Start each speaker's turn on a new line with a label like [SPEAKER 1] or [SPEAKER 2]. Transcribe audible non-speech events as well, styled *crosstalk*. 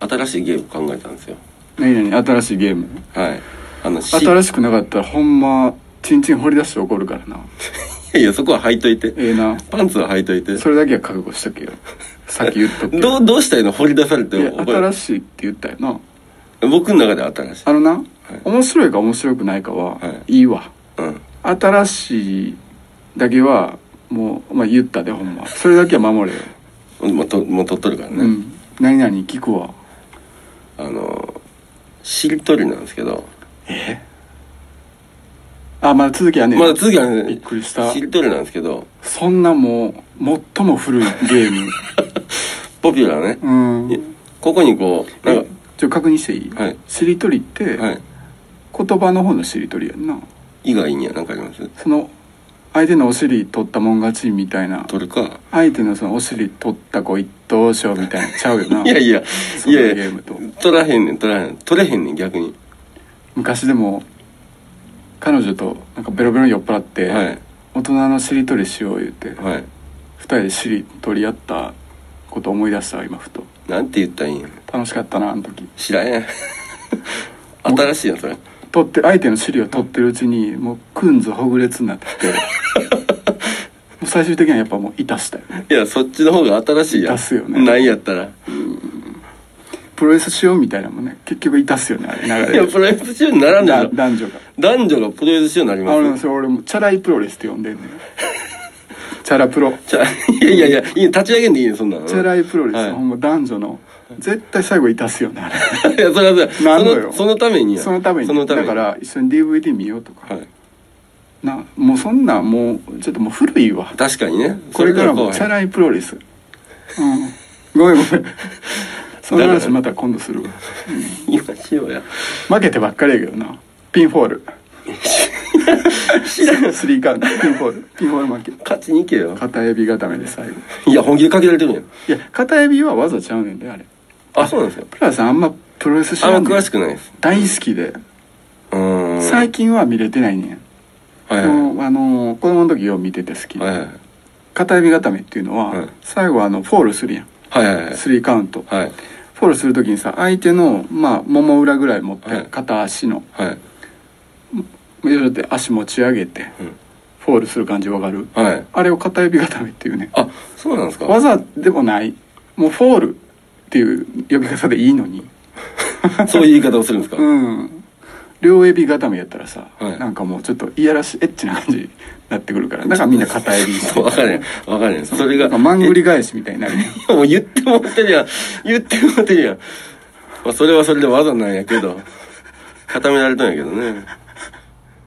[SPEAKER 1] 新しいゲーム考えたんですよ
[SPEAKER 2] 何々新しいゲーム
[SPEAKER 1] はいあのし
[SPEAKER 2] 新しくなかったらほんまチンチン掘り出して怒るからない
[SPEAKER 1] やいやそこは履いといて
[SPEAKER 2] ええな
[SPEAKER 1] パンツは履いといて
[SPEAKER 2] それだけは覚悟しと
[SPEAKER 1] *laughs*
[SPEAKER 2] けよさっき言っとくけ
[SPEAKER 1] どうどうしたいの掘り出されて
[SPEAKER 2] いや
[SPEAKER 1] も覚え
[SPEAKER 2] 新しいって言ったよな
[SPEAKER 1] 僕の中では新しい
[SPEAKER 2] あのな、
[SPEAKER 1] い
[SPEAKER 2] 面白いか面白くないかは、、
[SPEAKER 1] はい
[SPEAKER 2] いわ
[SPEAKER 1] うん
[SPEAKER 2] 新しいだけはもう、まあ、言ったでほんまそれだけは守れよ、
[SPEAKER 1] もうともう取っとるからね、
[SPEAKER 2] うん何々聞くわ
[SPEAKER 1] あのしりとりなんですけど
[SPEAKER 2] あまだ続きはね
[SPEAKER 1] まだ続きはね
[SPEAKER 2] びっくりした
[SPEAKER 1] しりとりなんですけど
[SPEAKER 2] そんなもう最も古いゲ
[SPEAKER 1] *laughs*
[SPEAKER 2] ーム
[SPEAKER 1] ポピュラーね、
[SPEAKER 2] うん
[SPEAKER 1] ここにこうなんか
[SPEAKER 2] ちょ確認していい、
[SPEAKER 1] はい
[SPEAKER 2] しりとりって、
[SPEAKER 1] はい
[SPEAKER 2] 言葉の方のしりとりやんな
[SPEAKER 1] 以外には何かあります
[SPEAKER 2] その相手のお尻取ったもん勝ちみたいな
[SPEAKER 1] 取るか
[SPEAKER 2] 相手のそのお尻取った子一等賞みたいなちゃうよな
[SPEAKER 1] *laughs*
[SPEAKER 2] い
[SPEAKER 1] やいや
[SPEAKER 2] そ
[SPEAKER 1] い
[SPEAKER 2] の
[SPEAKER 1] やい
[SPEAKER 2] ゲ
[SPEAKER 1] や
[SPEAKER 2] ームと
[SPEAKER 1] 取らへんねん取らへん取れへんねん逆に
[SPEAKER 2] 昔でも彼女となんかベロベロに酔っ払って、
[SPEAKER 1] はい
[SPEAKER 2] 大人のしりとりしよう言って、二
[SPEAKER 1] はい
[SPEAKER 2] 人でしりとり合ったこと思い出したわ今ふと
[SPEAKER 1] なんて言ったらいいんや
[SPEAKER 2] 楽しかったなあの時
[SPEAKER 1] 知らへん *laughs* 新しいやつら
[SPEAKER 2] 取って相手の尻を取ってるうちにもうくんずほぐれつにな
[SPEAKER 1] *laughs*
[SPEAKER 2] ってきてもう最終的にはやっぱもういたしたよね
[SPEAKER 1] いやそっちの方が新しいやん
[SPEAKER 2] 出すよね
[SPEAKER 1] ないやったら
[SPEAKER 2] プロレスしようみたいなのもね結局いたすよねあれ流
[SPEAKER 1] い
[SPEAKER 2] れ
[SPEAKER 1] や
[SPEAKER 2] で
[SPEAKER 1] プロレス中にならんで
[SPEAKER 2] だ
[SPEAKER 1] しょ
[SPEAKER 2] 男女が
[SPEAKER 1] 男女がプロレス中になり
[SPEAKER 2] あ俺
[SPEAKER 1] ます
[SPEAKER 2] それ俺もチャラいプロレスって呼んでんねんチャラプロ
[SPEAKER 1] ちゃいやいやいやいい立ち上げんでいいよそんなの
[SPEAKER 2] チャラいプロレス、
[SPEAKER 1] はい
[SPEAKER 2] ほんま男女の絶対最後いたすよねあ
[SPEAKER 1] *laughs*
[SPEAKER 2] れ
[SPEAKER 1] いやそれはそれ
[SPEAKER 2] なんの
[SPEAKER 1] そ
[SPEAKER 2] よ
[SPEAKER 1] のそのためにや
[SPEAKER 2] そのために
[SPEAKER 1] そのために
[SPEAKER 2] だから一緒に DVD 見ようとか、
[SPEAKER 1] はい
[SPEAKER 2] なもうそんなんもうちょっともう古いわ
[SPEAKER 1] 確かにね
[SPEAKER 2] これからも
[SPEAKER 1] そ
[SPEAKER 2] チャ
[SPEAKER 1] 後輩
[SPEAKER 2] ラいプロレスうんごめんごめんその話また今度するわ
[SPEAKER 1] 今しようや
[SPEAKER 2] 負けてばっかりやけどなピンフォ *laughs* ール
[SPEAKER 1] 知らん
[SPEAKER 2] スリーカウントピンフォールピンフォール負け
[SPEAKER 1] 勝ちに行けよ
[SPEAKER 2] 片指固めで最後
[SPEAKER 1] いや本気でかけられてるやん
[SPEAKER 2] いや片指は技ちゃうねんであれ
[SPEAKER 1] あそうなんですよ
[SPEAKER 2] プラさんあんまプロレス知
[SPEAKER 1] あ
[SPEAKER 2] ら
[SPEAKER 1] ん
[SPEAKER 2] ん
[SPEAKER 1] ま
[SPEAKER 2] ね
[SPEAKER 1] 詳
[SPEAKER 2] ん
[SPEAKER 1] しくないです
[SPEAKER 2] 大好きで、
[SPEAKER 1] うーん
[SPEAKER 2] 最近は見れてないねん
[SPEAKER 1] はい
[SPEAKER 2] で
[SPEAKER 1] は
[SPEAKER 2] もあのー子供の時よう見てて好き
[SPEAKER 1] い
[SPEAKER 2] で、
[SPEAKER 1] はいはい
[SPEAKER 2] 片指固めっていうのは、
[SPEAKER 1] はい
[SPEAKER 2] 最後あのフォールするやん
[SPEAKER 1] はいはいはい
[SPEAKER 2] スリーカウント、
[SPEAKER 1] はい
[SPEAKER 2] フォールする時にさ相手のまあもも裏ぐらい持って、
[SPEAKER 1] はい
[SPEAKER 2] 片足の
[SPEAKER 1] はい
[SPEAKER 2] よって足持ち上げて、
[SPEAKER 1] うん
[SPEAKER 2] フォールする感じわかる
[SPEAKER 1] はい
[SPEAKER 2] あれを片指固めっていうね
[SPEAKER 1] あそうなんですか
[SPEAKER 2] 技でもないもうフォールっていう呼び方でいいのに
[SPEAKER 1] そういう言い方をするんですか
[SPEAKER 2] うん両指固めやったらさ、
[SPEAKER 1] はい
[SPEAKER 2] なんかもうちょっといやらしいエッチな感じになってくるからだからみんな片指にし
[SPEAKER 1] *laughs* そ
[SPEAKER 2] て
[SPEAKER 1] う分かんない分かんないそれ
[SPEAKER 2] なん
[SPEAKER 1] が
[SPEAKER 2] かマングリ返しみたいになるやん
[SPEAKER 1] えもう言ってもらってるやん言ってもらってるやんまあそれはそれで技なんやけど固められたんやけどね